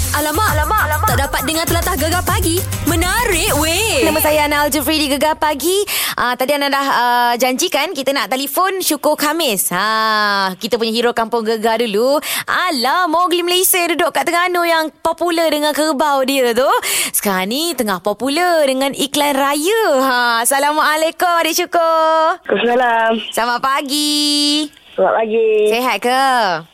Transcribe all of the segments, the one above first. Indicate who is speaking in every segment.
Speaker 1: Alamak, alamak, alamak. Tak dapat dengar telatah gegar pagi. Menarik weh.
Speaker 2: Nama saya Ana Aljufri di Gegar Pagi. Uh, tadi Ana dah uh, janjikan kita nak telefon Syukur Khamis. Ha, kita punya hero kampung Gegar dulu. Alah, Mowgli Malaysia duduk kat Terengganu yang popular dengan kerbau dia tu. Sekarang ni tengah popular dengan iklan raya. Ha, Assalamualaikum adik Syukur.
Speaker 3: Assalamualaikum.
Speaker 2: Selamat pagi.
Speaker 3: Selamat pagi.
Speaker 2: Sehat ke?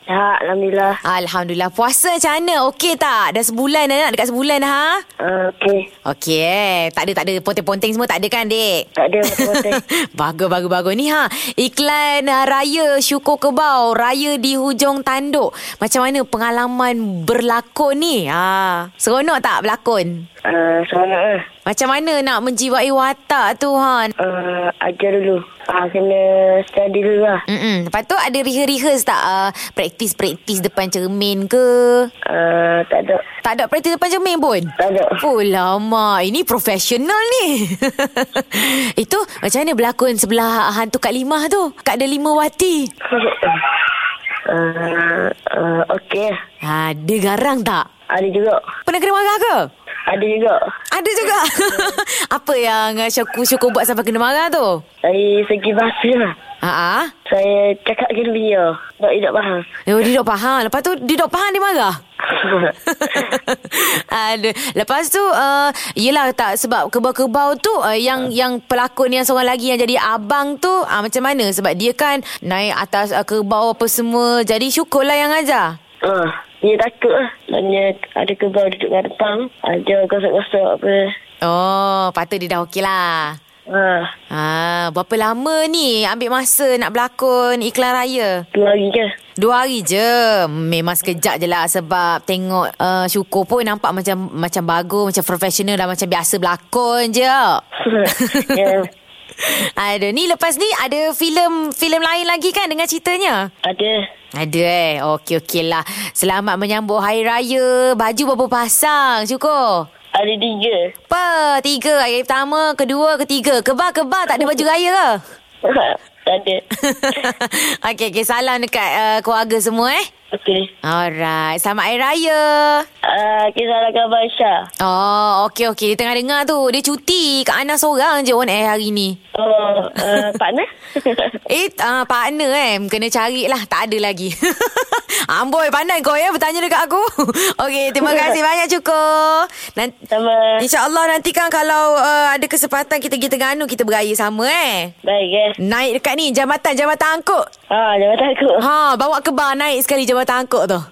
Speaker 3: Ya, Alhamdulillah.
Speaker 2: Alhamdulillah. Puasa macam mana? Okey tak? Dah sebulan dah nak dekat sebulan ha?
Speaker 3: Uh, Okey.
Speaker 2: Okey eh. Tak ada, tak ada. Ponteng-ponteng semua tak ada kan, dek?
Speaker 3: Tak ada potong-potong.
Speaker 2: bagus, bagus, bagus. Ni ha, iklan ah, raya syukur kebau. Raya di hujung tanduk. Macam mana pengalaman berlakon ni? Ha, seronok tak berlakon?
Speaker 3: Uh, seronok lah.
Speaker 2: Macam mana nak menjiwai watak tu, ha?
Speaker 3: Uh, ajar dulu. Ah, kena study dulu lah.
Speaker 2: Mm-mm. Lepas tu ada rehearse-rehearse tak? Uh, praktis-praktis depan cermin ke?
Speaker 3: Uh, tak ada.
Speaker 2: Tak ada praktis depan cermin pun?
Speaker 3: Tak ada.
Speaker 2: Oh lama Ini profesional ni Itu macam mana berlakon sebelah Hantu Kak Limah tu Kak Delimawati
Speaker 3: uh, uh, Okey.
Speaker 2: ha, Dia garang tak?
Speaker 3: Ada juga.
Speaker 2: Pernah kena marah ke?
Speaker 3: Ada juga.
Speaker 2: Ada juga Apa yang uh, Syukur, syukur buat sampai kena marah tu?
Speaker 3: Dari segi bahasa lah.
Speaker 2: Haa
Speaker 3: Saya cakap geli ya. Tak tidak faham.
Speaker 2: Oh, dia dok faham Lepas tu dia dok faham dia marah Aduh. Lepas tu uh, Yelah tak Sebab kebau-kebau tu uh, Yang yang pelakon yang seorang lagi Yang jadi abang tu uh, Macam mana Sebab dia kan Naik atas uh, kebau apa semua Jadi syukurlah yang ajar
Speaker 3: Ah, dia takut lah. Maknanya ada kebau duduk kat depan. Ada gosok-gosok apa.
Speaker 2: Oh Patut dia dah okey lah
Speaker 3: Ah,
Speaker 2: Ah, berapa lama ni ambil masa nak berlakon iklan raya?
Speaker 3: dua hari ke?
Speaker 2: Dua hari je. Memang sekejap je lah sebab tengok uh, Syukur pun nampak macam macam bagus, macam profesional dah macam biasa berlakon je.
Speaker 3: ya,
Speaker 2: Aduh, ni lepas ni ada filem filem lain lagi kan dengan ceritanya?
Speaker 3: ada.
Speaker 2: Ada eh. Okey okey lah. Selamat menyambut Hari Raya. Baju berapa pasang, Syukur?
Speaker 3: Ada tiga.
Speaker 2: Apa? Tiga. Hari pertama, kedua, ketiga. Kebal-kebal tak ada baju raya ke?
Speaker 3: tak ada.
Speaker 2: okey, okey. Salam dekat uh, keluarga semua eh.
Speaker 3: Okey.
Speaker 2: Alright. Selamat Hari Raya.
Speaker 3: Uh, kisah rakan Aisyah.
Speaker 2: Oh, okey, okey. Dia tengah dengar tu. Dia cuti. Kak Ana seorang je on air hari ni.
Speaker 3: Oh, uh, partner?
Speaker 2: Eh, uh, partner eh. Kena cari lah. Tak ada lagi. Amboi, pandai kau ya bertanya dekat aku. Okey, terima kasih banyak Cukur. Nanti,
Speaker 3: Sama.
Speaker 2: InsyaAllah nanti kan kalau uh, ada kesempatan kita pergi Terengganu, kita beraya sama eh.
Speaker 3: Baik, eh?
Speaker 2: Naik dekat ni, jambatan-jambatan angkut.
Speaker 3: Ah, jangan takut.
Speaker 2: Ha, bawa ke bar naik sekali jambatan angkut tu.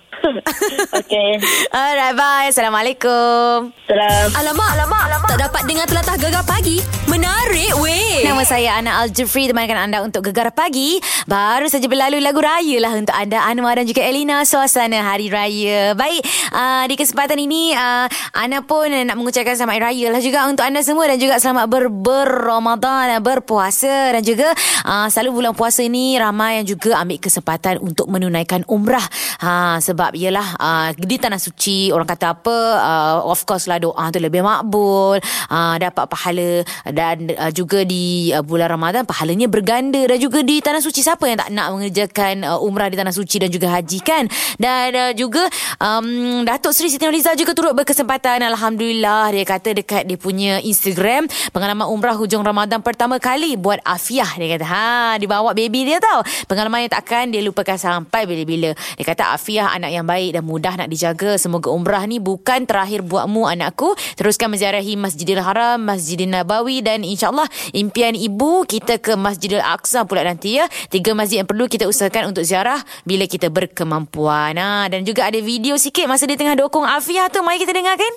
Speaker 3: Okey.
Speaker 2: Alright, bye. Assalamualaikum.
Speaker 3: Salam.
Speaker 1: Alamak, alamak, alamak. Tak dapat dengar telatah gegar pagi. Menarik weh.
Speaker 2: Nama saya Ana Al-Jufri Temankan anda untuk Gegar Pagi Baru saja berlalu lagu raya lah Untuk anda Anwar dan juga Elina Suasana Hari Raya Baik uh, Di kesempatan ini uh, Ana pun uh, nak mengucapkan Selamat Hari Raya lah juga Untuk anda semua Dan juga selamat ber berramadan ah, Berpuasa Dan juga uh, Selalu bulan puasa ni Ramai yang juga ambil kesempatan Untuk menunaikan umrah ha, Sebab ialah uh, Di Tanah Suci Orang kata apa uh, Of course lah doa tu lebih makbul uh, Dapat pahala Dan uh, juga di uh, bulan Ramadan Pahalanya berganda Dan juga di Tanah Suci Siapa yang tak nak mengerjakan uh, umrah di Tanah Suci Dan juga haji kan Dan uh, juga um, Datuk Seri Siti Nurhaliza juga turut berkesempatan Alhamdulillah Dia kata dekat dia punya Instagram Pengalaman umrah hujung Ramadan pertama kali Buat afiah Dia kata ha Dibawa baby dia tau Pengalaman yang takkan dia lupakan sampai bila-bila Dia kata afiah anak yang baik dan mudah nak dijaga Semoga umrah ni bukan terakhir buatmu anakku Teruskan menziarahi Masjidil Haram, Masjidil Nabawi Dan insyaAllah impian ibu kita ke Masjidil Aqsa pula nanti ya Tiga masjid yang perlu kita usahakan untuk ziarah Bila kita berkemampuan ha, Dan juga ada video sikit masa dia tengah dokong afiah tu Mari kita dengarkan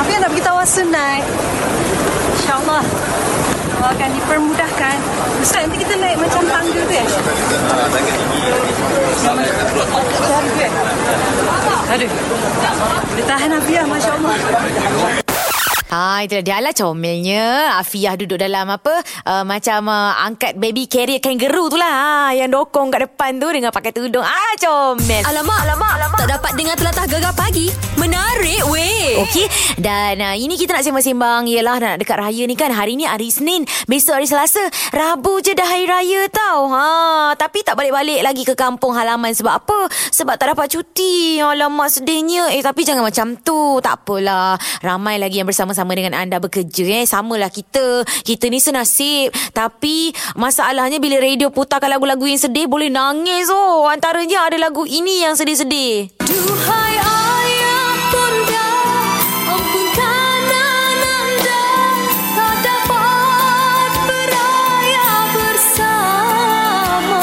Speaker 4: Apa yang nak beritahu awak sunat InsyaAllah Allah akan dipermudahkan Ustaz nanti kita naik macam tangga tu eh Tangga tu eh Aduh Boleh tahan Abia Masya Allah
Speaker 2: Ha, itulah dia lah comelnya. Afiah duduk dalam apa, uh, macam uh, angkat baby carrier kangaroo tu lah. Ha, yang dokong kat depan tu dengan pakai tudung. Ah, comel.
Speaker 1: Alamak, alamak, alamak. Tak dapat dengar telatah gegar pagi. Menarik weh.
Speaker 2: Okey Dan uh, ini kita nak sembang-sembang Yelah nak dekat raya ni kan Hari ni hari Senin Besok hari Selasa Rabu je dah hari raya tau ha, Tapi tak balik-balik lagi ke kampung halaman Sebab apa? Sebab tak dapat cuti Alamak sedihnya Eh tapi jangan macam tu Tak apalah Ramai lagi yang bersama-sama dengan anda bekerja eh Samalah kita Kita ni senasib Tapi masalahnya bila radio putarkan lagu-lagu yang sedih Boleh nangis oh Antaranya ada lagu ini yang sedih-sedih
Speaker 1: Duhai ayah bunda, ampunkan ananda tak dapat beraya bersama.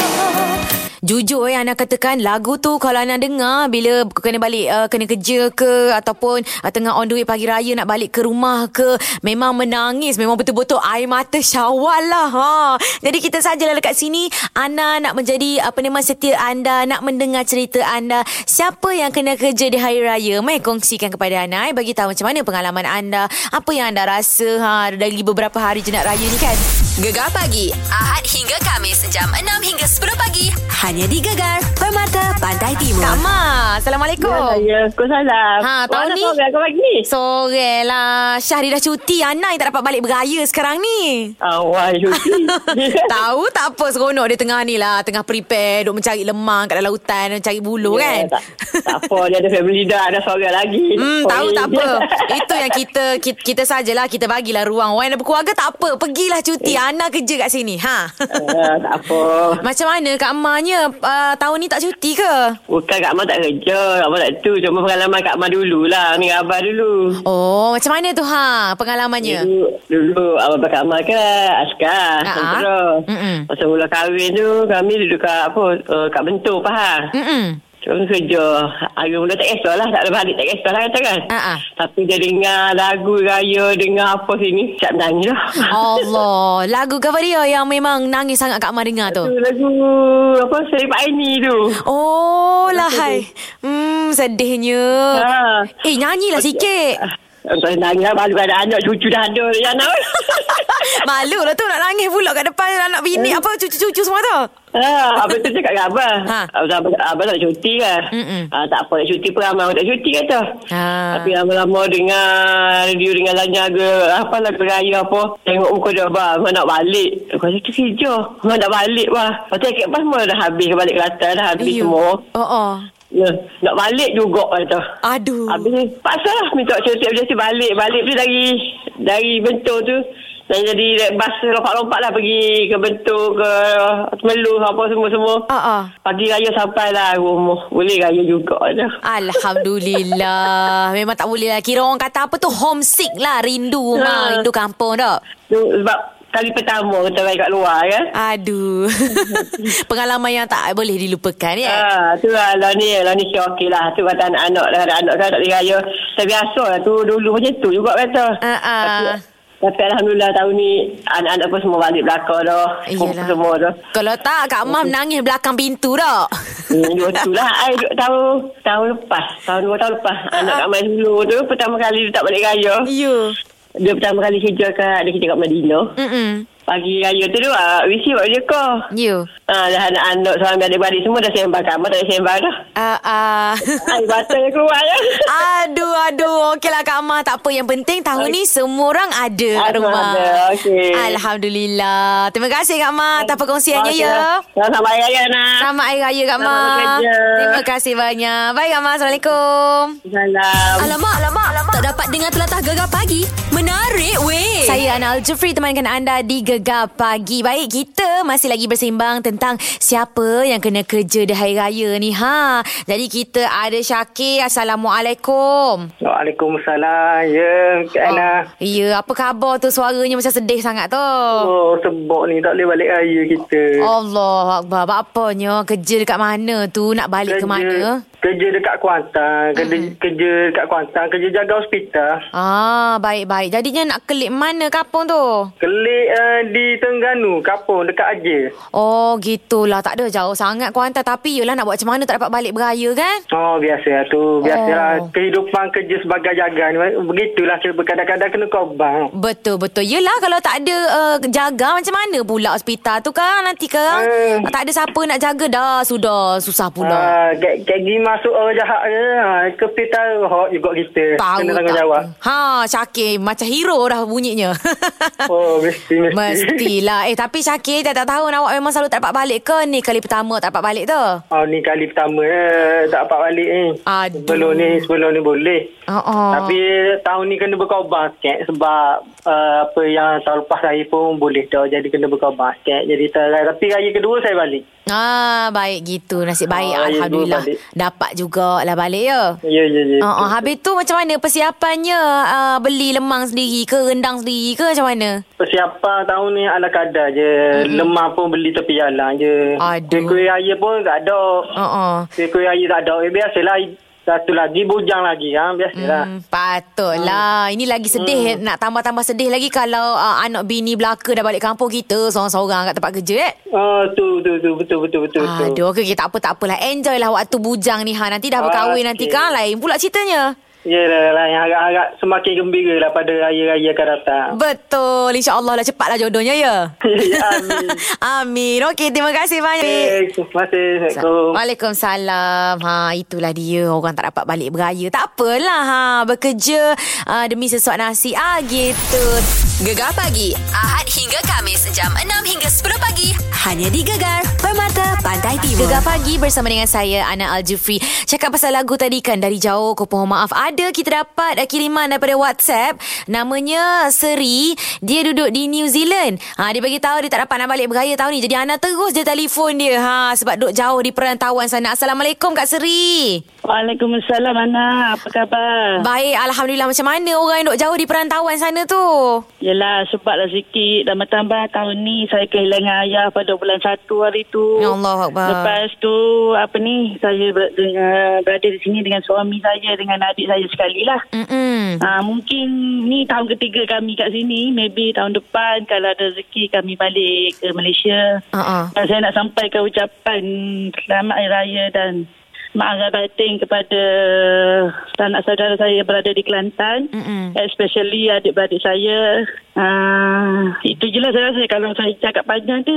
Speaker 2: Jujur eh Ana katakan lagu tu kalau Ana dengar bila kena balik uh, kena kerja ke ataupun uh, tengah on the way pagi raya nak balik ke rumah ke memang menangis memang betul-betul air mata syawal lah ha. Jadi kita sajalah dekat sini Ana nak menjadi uh, peneman setia anda nak mendengar cerita anda siapa yang kena kerja di hari raya mai kongsikan kepada Ana eh, bagi tahu macam mana pengalaman anda apa yang anda rasa ha dari beberapa hari je nak raya ni kan.
Speaker 1: Gegar pagi Ahad hingga Kamis jam 6 hingga 10 pagi hanya di Gegar Permata Pantai
Speaker 2: Kak
Speaker 1: Timur.
Speaker 2: Ma, Assalamualaikum.
Speaker 3: Ya, aku salam.
Speaker 2: Ha, tahun ni-
Speaker 3: Mana kau pagi ni?
Speaker 2: Sore lah Syahri dah cuti Ana yang tak dapat balik beraya sekarang ni
Speaker 3: Awal cuti.
Speaker 2: Tahu tak apa seronok dia tengah ni lah Tengah prepare Duk mencari lemang kat dalam hutan Mencari bulu
Speaker 3: Ya,
Speaker 2: yeah, kan
Speaker 3: Tak, tak apa, dia ada family dah, ada seorang lagi.
Speaker 2: Hmm, tahu
Speaker 3: Oi.
Speaker 2: tak apa Itu yang kita Kita, kita sajalah Kita bagilah ruang Orang yang dah berkeluarga tak apa Pergilah cuti
Speaker 3: Ya.
Speaker 2: Ana kerja kat sini ha.
Speaker 3: Ah, tak apa.
Speaker 2: Macam mana Kak Amanya uh, Tahun ni tak cuti ke?
Speaker 3: Bukan Kak Ma tak kerja. Kak Ma tak tu. Cuma pengalaman Kak Ma dululah. Dengan Abah dulu.
Speaker 2: Oh macam mana tu ha Pengalamannya
Speaker 3: Dulu, dulu Abah Kak Ma kan
Speaker 2: Ah,
Speaker 3: askar.
Speaker 2: ah.
Speaker 3: Tentera.
Speaker 2: Mm-mm.
Speaker 3: Masa mula kahwin tu, kami duduk kat apa, uh, kat Bentur, Pahang.
Speaker 2: Mm-mm.
Speaker 3: Cuma kerja Hari mula tak kisahlah Tak ada balik tak kisahlah kata kan
Speaker 2: Ha, ha.
Speaker 3: Tapi dia dengar lagu raya Dengar apa sini Siap nangis lah
Speaker 2: Allah Lagu Gavaria yang memang nangis sangat Kak Ma dengar tu
Speaker 3: Tu lagu Apa Saya Pak Aini tu
Speaker 2: Oh lahai. Hmm sedihnya.
Speaker 3: Ha.
Speaker 2: Eh nyanyilah sikit.
Speaker 3: Ah. Saya nangis lah Baru ada anak Cucu dah ada Ya nak
Speaker 2: Malu lah tu nak nangis pula kat depan anak bini apa cucu-cucu semua tu.
Speaker 3: Ha, apa tu cakap dengan Abah
Speaker 2: Ha.
Speaker 3: Abah, abah, abah tak cuti kan
Speaker 2: Mm-mm.
Speaker 3: ha, Tak apa nak cuti pun Abah tak cuti kata
Speaker 2: Ha.
Speaker 3: Tapi lama-lama dengar Radio dengan lanyaga Apa lagu raya apa Tengok muka dia Abah Abah nak balik Aku kata tu kerja Abah nak balik bah Lepas tu ikat pas Mula dah habis balik Kelantan Dah habis
Speaker 2: Ayuh.
Speaker 3: semua
Speaker 2: Oh oh.
Speaker 3: ya, Nak balik juga kata
Speaker 2: Aduh.
Speaker 3: Habis ni Paksa lah minta cuti Habis tu balik Balik tu dari Dari bentuk tu dan jadi bas lompat-lompat lah pergi ke Bentuk, ke Melu, apa semua-semua.
Speaker 2: Ah, ah.
Speaker 3: Pagi raya sampailah rumah. Boleh raya juga dah.
Speaker 2: Alhamdulillah Memang tak boleh lah Kira orang kata apa tu Homesick lah Rindu rumah
Speaker 3: Ha.
Speaker 2: Rindu kampung tak
Speaker 3: Tu, sebab kali pertama kita main kat luar kan.
Speaker 2: Aduh Pengalaman yang tak boleh dilupakan ya
Speaker 3: Ah, tu lah lah ni lah ni kira okey lah tu kata anak-anak lah ada anak saya tak boleh raya saya biasa lah tu dulu macam tu juga kata
Speaker 2: Ah, ah.
Speaker 3: tapi, tapi Alhamdulillah tahun ni anak-anak pun semua balik belakang dah Kumpul uh, semua dah
Speaker 2: Kalau tak Kak Mam nangis belakang pintu tak
Speaker 3: Hmm, dua tu lah I, duk- tahun, tahun lepas Tahun dua tahun lepas Anak
Speaker 2: Ah.
Speaker 3: kat Mai dulu tu Pertama kali dia tak balik raya
Speaker 2: Ya
Speaker 3: Dia pertama kali kerja kat Dia kerja kat Madinah
Speaker 2: Mm-mm.
Speaker 3: Pagi raya tu dia ah, Wisi buat kerja kau
Speaker 2: Ya
Speaker 3: Ah, dah anak-anak suami adik-beradik semua dah sembang kamar tak ada sembang dah.
Speaker 2: Ah, ah.
Speaker 3: Air bata yang keluar ya.
Speaker 2: Aduh, aduh. Okeylah Kak Amah, tak apa. Yang penting tahun ni semua orang ada kat
Speaker 3: Ada,
Speaker 2: rumah.
Speaker 3: ada. Okey.
Speaker 2: Alhamdulillah. Terima kasih Kak Amah atas perkongsiannya ya.
Speaker 3: Selamat hari raya nak.
Speaker 2: Selamat Hari Raya Kak
Speaker 3: Selamat
Speaker 2: Amah.
Speaker 3: bekerja.
Speaker 2: Terima kasih banyak. Baik Kak Amah, Assalamualaikum.
Speaker 3: Salam.
Speaker 1: Alamak, alamak, alamak. Tak dapat dengar telatah gegar pagi. Menarik weh.
Speaker 2: Saya Ana Al-Jufri temankan anda di Gegar Pagi. Baik, kita masih lagi bersembang tentang siapa yang kena kerja di Hari Raya ni. Ha. Jadi kita ada Syakir. Assalamualaikum.
Speaker 5: Waalaikumsalam. Ya, Kak Ana.
Speaker 3: Ah,
Speaker 2: Oh, ya, apa khabar tu suaranya macam sedih sangat tu. Oh.
Speaker 5: Oh, sebok ni tak boleh balik raya kita.
Speaker 2: Allah Akbar. Bapanya kerja dekat mana tu? Nak balik ke mana?
Speaker 5: Kerja dekat Kuantan, kerja, mm-hmm. kerja dekat Kuantan, kerja jaga hospital.
Speaker 2: Ah, baik-baik. Jadinya nak kelip mana kapung tu?
Speaker 5: Kelik uh, di Terengganu, Kapung, dekat Aje.
Speaker 2: Oh, gitulah. Tak ada jauh sangat Kuantan. Tapi yelah nak buat macam mana tak dapat balik beraya kan?
Speaker 5: Oh, biasa lah tu.
Speaker 2: Oh.
Speaker 5: Biasalah oh. kehidupan kerja sebagai jaga ni. Begitulah sebab kadang-kadang kena korban.
Speaker 2: Betul-betul. Yelah kalau tak ada uh, jaga macam mana pula hospital tu kan? Nanti kan
Speaker 5: Eh.
Speaker 2: tak ada siapa nak jaga dah. Sudah susah pula.
Speaker 5: Ah, kek kek gi masuk orang jahat je. Ha, kepital hok juga kita.
Speaker 2: Tahu
Speaker 5: kena
Speaker 2: tak?
Speaker 5: tanggungjawab.
Speaker 2: Ha, Syakir. Macam hero dah bunyinya.
Speaker 5: Oh, mesti mesti.
Speaker 2: Mestilah. Eh, tapi Syakir tak, tak tahu awak memang selalu tak dapat balik ke? Ni kali pertama tak dapat balik tu?
Speaker 5: Oh, ni kali pertama eh, tak dapat balik ni.
Speaker 2: Aduh.
Speaker 5: Sebelum ni, sebelum ni boleh.
Speaker 2: Oh,
Speaker 5: Tapi tahun ni kena berkorban sikit sebab uh, apa yang tahun lepas saya pun boleh dah jadi kena berkorban sikit. Jadi ter- tapi raya kedua saya balik.
Speaker 2: Ah, baik gitu. Nasib baik.
Speaker 5: Ah, ya,
Speaker 2: Alhamdulillah.
Speaker 5: balik.
Speaker 2: Dapat juga lah balik ya.
Speaker 5: Ya, ya, ya.
Speaker 2: Uh, uh, habis tu macam mana persiapannya uh, beli lemang sendiri ke rendang sendiri ke macam mana?
Speaker 5: Persiapan tahun ni ala kadar je. Mm-hmm. Lemah pun beli tepi jalan je.
Speaker 2: Aduh.
Speaker 5: Kuih raya pun tak ada.
Speaker 2: Uh, uh.
Speaker 5: Kuih raya tak ada. Eh, biasalah. Satu lagi, bujang lagi. Ha? Biasalah.
Speaker 2: Hmm, patutlah.
Speaker 5: Hmm.
Speaker 2: Ini lagi sedih nak tambah-tambah sedih lagi kalau uh, anak bini belaka dah balik kampung kita seorang-seorang kat tempat kerja eh.
Speaker 5: Oh, tu, tu, tu. Betul, betul, betul. betul.
Speaker 2: Aduh, okey okay, tak apa tak apalah. Enjoy lah waktu bujang ni ha. Nanti dah berkahwin nanti
Speaker 5: Okey.
Speaker 2: kan lain pula ceritanya.
Speaker 5: Yelah, lah, yang agak-agak semakin gembira lah pada raya-raya akan datang.
Speaker 2: Betul. InsyaAllah lah cepatlah jodohnya ya.
Speaker 5: Ya, amin.
Speaker 2: Amin. Okey, terima kasih banyak.
Speaker 5: Eh, Terima kasih. Assalamualaikum.
Speaker 2: Waalaikumsalam. Ha itulah dia orang tak dapat balik beraya. Tak apalah ha bekerja uh, demi sesuap nasi ah gitu.
Speaker 1: Gegar pagi Ahad hingga Kamis jam 6 hingga 10 pagi hanya di Gegar Permata Pantai Timur.
Speaker 2: Gegar pagi bersama dengan saya Ana Al Jufri. Cakap pasal lagu tadi kan dari jauh kau pohon maaf. Ada kita dapat uh, kiriman daripada WhatsApp namanya Seri. Dia duduk di New Zealand. Ha dia bagi tahu dia tak dapat nak balik beraya tahun ni. Jadi Ana terus dia telefon dia. Ha sebab duduk jauh di perantauan sana. Assalamualaikum Kak Seri.
Speaker 3: Waalaikumsalam Ana, apa khabar? Ba-
Speaker 2: Baik, Alhamdulillah. Macam mana orang yang duduk jauh di perantauan sana tu?
Speaker 3: Yelah, sebablah sikit dah bertambah tahun ni saya kehilangan ayah pada bulan 1 hari tu.
Speaker 2: Ya Allah Akbar.
Speaker 3: Lepas tu apa ni saya ber- dengan, berada di sini dengan suami saya dengan adik saya sekali lah.
Speaker 2: Mm-mm.
Speaker 3: Ha, mungkin ni tahun ketiga kami kat sini Maybe tahun depan Kalau ada rezeki kami balik ke Malaysia
Speaker 2: Uh-uh.
Speaker 3: Dan saya nak sampaikan ucapan selamat hari raya dan maaf batin kepada anak saudara saya yang berada di Kelantan.
Speaker 2: Mm-mm.
Speaker 3: Especially adik-beradik saya. Uh, itu je lah saya rasa kalau saya cakap panjang tu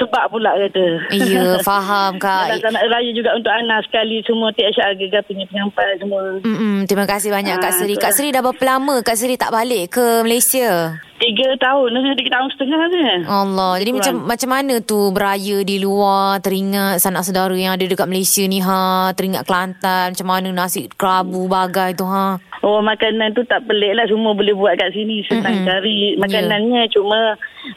Speaker 3: tebak pula kata.
Speaker 2: Ya, faham, Kak.
Speaker 3: Dan selamat hari raya juga untuk Ana sekali semua THR Gegar punya penyampai semua.
Speaker 2: Mm-mm. Terima kasih banyak Kak
Speaker 3: Ah,
Speaker 2: Seri. Kak
Speaker 3: itulah.
Speaker 2: Seri dah berapa lama Kak Seri tak balik ke Malaysia?
Speaker 3: Tiga tahun, eh, tiga tahun setengah ni.
Speaker 2: Allah. Jadi macam
Speaker 3: Kurang.
Speaker 2: macam mana tu beraya di luar, teringat sanak saudara yang ada dekat Malaysia ni ha, teringat Kelantan, macam mana nasi kerabu bagai tu ha.
Speaker 3: Oh makanan tu tak pelik lah semua boleh buat kat sini
Speaker 2: Mm-mm. Ya.
Speaker 3: senang mm-hmm. cari makanannya yeah. cuma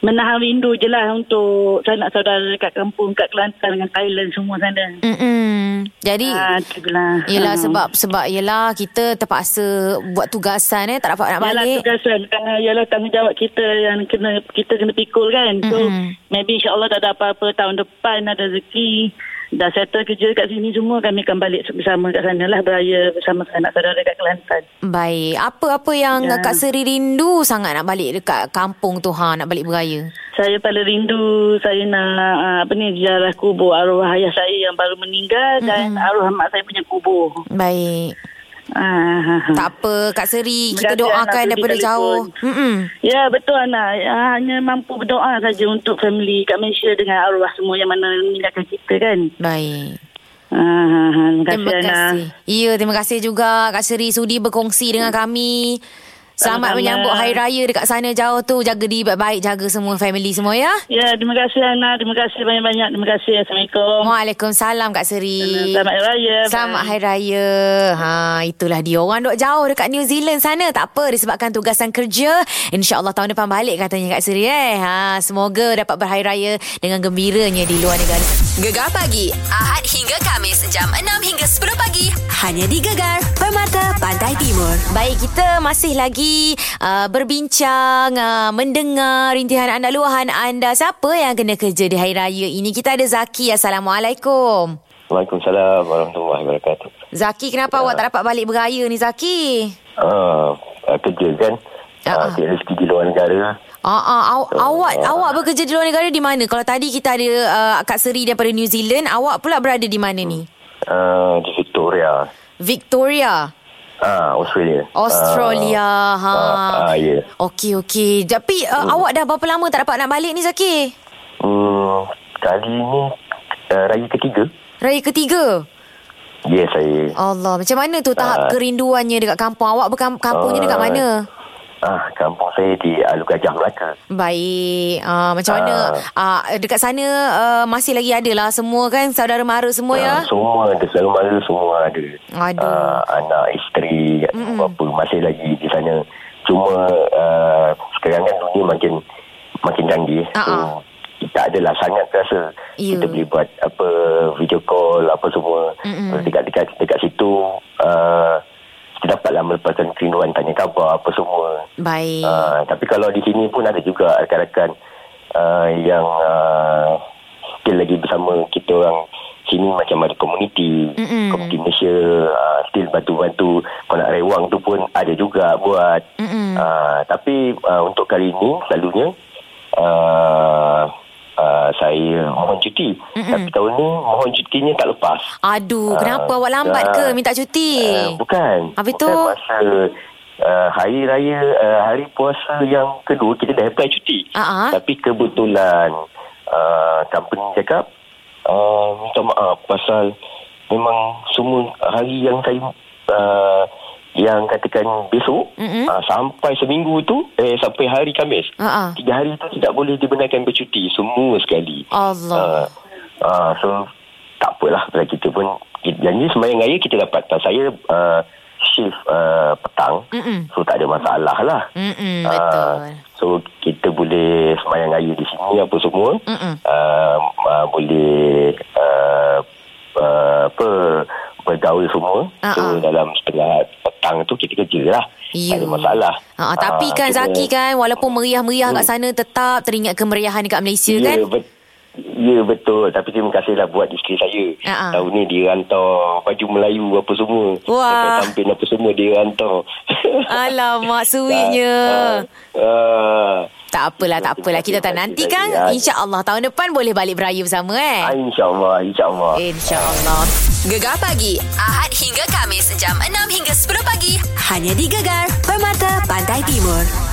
Speaker 3: menahan rindu je lah untuk sanak saudara kat kampung kat Kelantan dengan Thailand semua sana.
Speaker 2: Mm-mm. Jadi
Speaker 3: Ah tu je lah.
Speaker 2: Yelah
Speaker 3: Ah.
Speaker 2: sebab sebab yelah kita terpaksa buat tugasan eh tak dapat nak
Speaker 3: Yalah
Speaker 2: balik.
Speaker 3: tugasan ah, Yalah tanggungjawab kita Yang kena Kita kena pikul kan So
Speaker 2: Mm-mm.
Speaker 3: Maybe insyaAllah Tak ada apa-apa Tahun depan ada rezeki Dah settle kerja kat sini semua Kami akan balik bersama kat sana lah Beraya bersama sanak saudara kat Kelantan
Speaker 2: Baik, apa-apa yang
Speaker 3: Ya.
Speaker 2: Kak Seri rindu sangat nak balik dekat kampung tu ha, nak balik beraya.
Speaker 3: Saya paling rindu saya nak ah, apa ni ziarah kubur arwah ayah saya yang baru meninggal mm-hmm. dan arwah mak saya punya kubur.
Speaker 2: Baik.
Speaker 3: Ah.
Speaker 2: Tak apa Kak Seri, kita
Speaker 3: Menjaga anak
Speaker 2: doakan
Speaker 3: tu di
Speaker 2: daripada
Speaker 3: telefon.
Speaker 2: jauh. Mm-mm.
Speaker 3: Ya betul anak Ah, hanya mampu berdoa saja untuk family kat Malaysia dengan arwah semua yang mana meninggalkan kita kan.
Speaker 2: Baik.
Speaker 3: Ah, terima kasih
Speaker 2: Terima
Speaker 3: Ana.
Speaker 2: kasih. Ya, terima kasih juga Kak Seri sudi berkongsi dengan kami. Selamat
Speaker 3: Sama-sama.
Speaker 2: menyambut Hari Raya dekat sana jauh tu. Jaga diri baik-baik, jaga semua family semua ya.
Speaker 3: Ya terima kasih Ana, terima kasih banyak-banyak. Terima kasih. Assalamualaikum.
Speaker 2: Waalaikumsalam Kak Seri.
Speaker 3: Selamat Hari Raya.
Speaker 2: Selamat
Speaker 3: Bye.
Speaker 2: Hari Raya. Ha, itulah dia. Orang duk jauh dekat New Zealand sana. Tak apa disebabkan tugasan kerja. InsyaAllah tahun depan balik katanya Kak Seri eh. Ha, semoga dapat berhari raya dengan gembiranya di luar negara.
Speaker 1: Gegar pagi Ahad hingga Kamis jam 6 hingga 10 pagi hanya di Gegar Permata Pantai Timur.
Speaker 2: Baik, kita masih lagi uh, berbincang, uh, mendengar rintihan anda, luahan anda. Siapa yang kena kerja di Hari Raya ini? Kita ada Zaki. Assalamualaikum.
Speaker 6: Waalaikumsalam warahmatullahi wabarakatuh.
Speaker 2: Zaki kenapa awak tak dapat balik beraya ni Zaki?
Speaker 6: Ah, ah, kerja kan.
Speaker 2: Ah, ah.
Speaker 6: Ah, cik rezeki di luar negara.
Speaker 2: Ah, ah, aw, awak awak bekerja di luar negara di mana? Kalau tadi kita ada uh, Kak Seri daripada New Zealand, awak pula berada di mana ni?
Speaker 6: Ah, di Victoria.
Speaker 2: Victoria.
Speaker 6: Ah, Australia.
Speaker 2: Australia.
Speaker 6: Ah,
Speaker 2: ha.
Speaker 6: Ah, Hmm. ah, ya.
Speaker 2: Okey, okey. Tapi uh, awak dah berapa lama tak dapat nak balik ni, Zaki?
Speaker 6: Hmm, kali ni uh, raya ketiga.
Speaker 2: Raya ketiga.
Speaker 6: Ya, yes, saya.
Speaker 2: Allah, macam mana tu tahap
Speaker 6: Ah.
Speaker 2: kerinduannya dekat kampung? Awak berkamp- kampungnya dekat
Speaker 6: Ah.
Speaker 2: mana?
Speaker 6: Ah, kampung saya di Alu Gajah Melaka.
Speaker 2: Baik. Uh, macam mana?
Speaker 6: Ah.
Speaker 2: Uh, dekat sana uh, masih lagi ada lah semua kan saudara mara semua ya?
Speaker 6: Ah, semua ada selalu mara semua ada.
Speaker 2: Ada.
Speaker 6: Ah, anak isteri apa masih lagi di sana. Cuma uh, sekarang kan dunia makin makin canggih.
Speaker 2: Ah, ah.
Speaker 6: So tak adalah sangat rasa
Speaker 2: Ya.
Speaker 6: kita boleh buat apa video call apa semua
Speaker 2: Mm-mm.
Speaker 6: dekat dekat dekat situ uh, kita dapatlah melepaskan kerinduan tanya khabar apa semua.
Speaker 2: Baik.
Speaker 6: Uh, tapi kalau di sini pun ada juga rakan-rakan uh, yang uh, still lagi bersama kita orang sini macam ada komuniti
Speaker 2: Mm-mm.
Speaker 6: komuniti Malaysia uh, still bantu-bantu kalau nak rewang tu pun ada juga buat
Speaker 2: Mm-mm.
Speaker 6: uh, tapi uh, untuk kali ini selalunya uh, uh, saya mohon cuti
Speaker 2: Mm-mm.
Speaker 6: tapi tahun ni mohon cutinya tak lepas
Speaker 2: Aduh,
Speaker 6: Ah,
Speaker 2: kenapa awak lambat
Speaker 6: dah.
Speaker 2: ke minta cuti?
Speaker 6: Uh, bukan.
Speaker 2: Habis
Speaker 6: bukan
Speaker 2: tu?
Speaker 6: masa uh, hari raya, uh, hari puasa yang kedua kita dah apply cuti.
Speaker 2: Ah, ah.
Speaker 6: Tapi kebetulan uh, company cakap uh, minta maaf pasal memang semua hari yang saya uh, yang katakan besok
Speaker 2: Mm-mm.
Speaker 6: uh, sampai seminggu tu eh sampai hari Khamis.
Speaker 2: Ah, ah.
Speaker 6: Tiga hari tu tidak boleh dibenarkan bercuti semua sekali.
Speaker 2: Allah.
Speaker 6: Uh, uh, so tak apalah pasal kita pun kita janji sembahyang raya kita dapat pasal saya uh, shift uh, petang
Speaker 2: Mm-mm.
Speaker 6: so tak ada masalah lah
Speaker 2: Mm-mm,
Speaker 6: Ah,
Speaker 2: betul.
Speaker 6: so kita boleh sembahyang raya di sini apa semua
Speaker 2: Mm-mm.
Speaker 6: uh, uh, boleh uh, uh, apa bergaul semua
Speaker 2: Ah,
Speaker 6: so
Speaker 2: ah.
Speaker 6: dalam setengah petang tu kita kerja lah tak ada masalah
Speaker 2: Ha, tapi
Speaker 6: Ah,
Speaker 2: kan
Speaker 6: kita-
Speaker 2: Zaki kan walaupun meriah-meriah kat sana tetap teringat kemeriahan dekat Malaysia
Speaker 6: ya,
Speaker 2: kan?
Speaker 6: Bet- ya betul Tapi terima kasihlah Buat isteri saya
Speaker 2: Ah, ah.
Speaker 6: Tahun ni dia hantar Baju Melayu apa semua
Speaker 2: Wah.
Speaker 6: Sampai tampil apa semua Dia hantar
Speaker 2: Alamak, suinya.
Speaker 6: Ah, ah.
Speaker 2: Tak apalah, tak apalah. Kita tak
Speaker 6: Terima kasih
Speaker 2: nanti
Speaker 6: lagi,
Speaker 2: kan
Speaker 6: Aj.
Speaker 2: insya-Allah tahun depan boleh balik beraya bersama
Speaker 6: ah,
Speaker 2: eh.
Speaker 6: InsyaAllah InsyaAllah
Speaker 2: Insya-Allah.
Speaker 1: Gegar pagi Ahad hingga Kamis jam 6 hingga 10 pagi hanya di Gegar Permata Pantai Timur.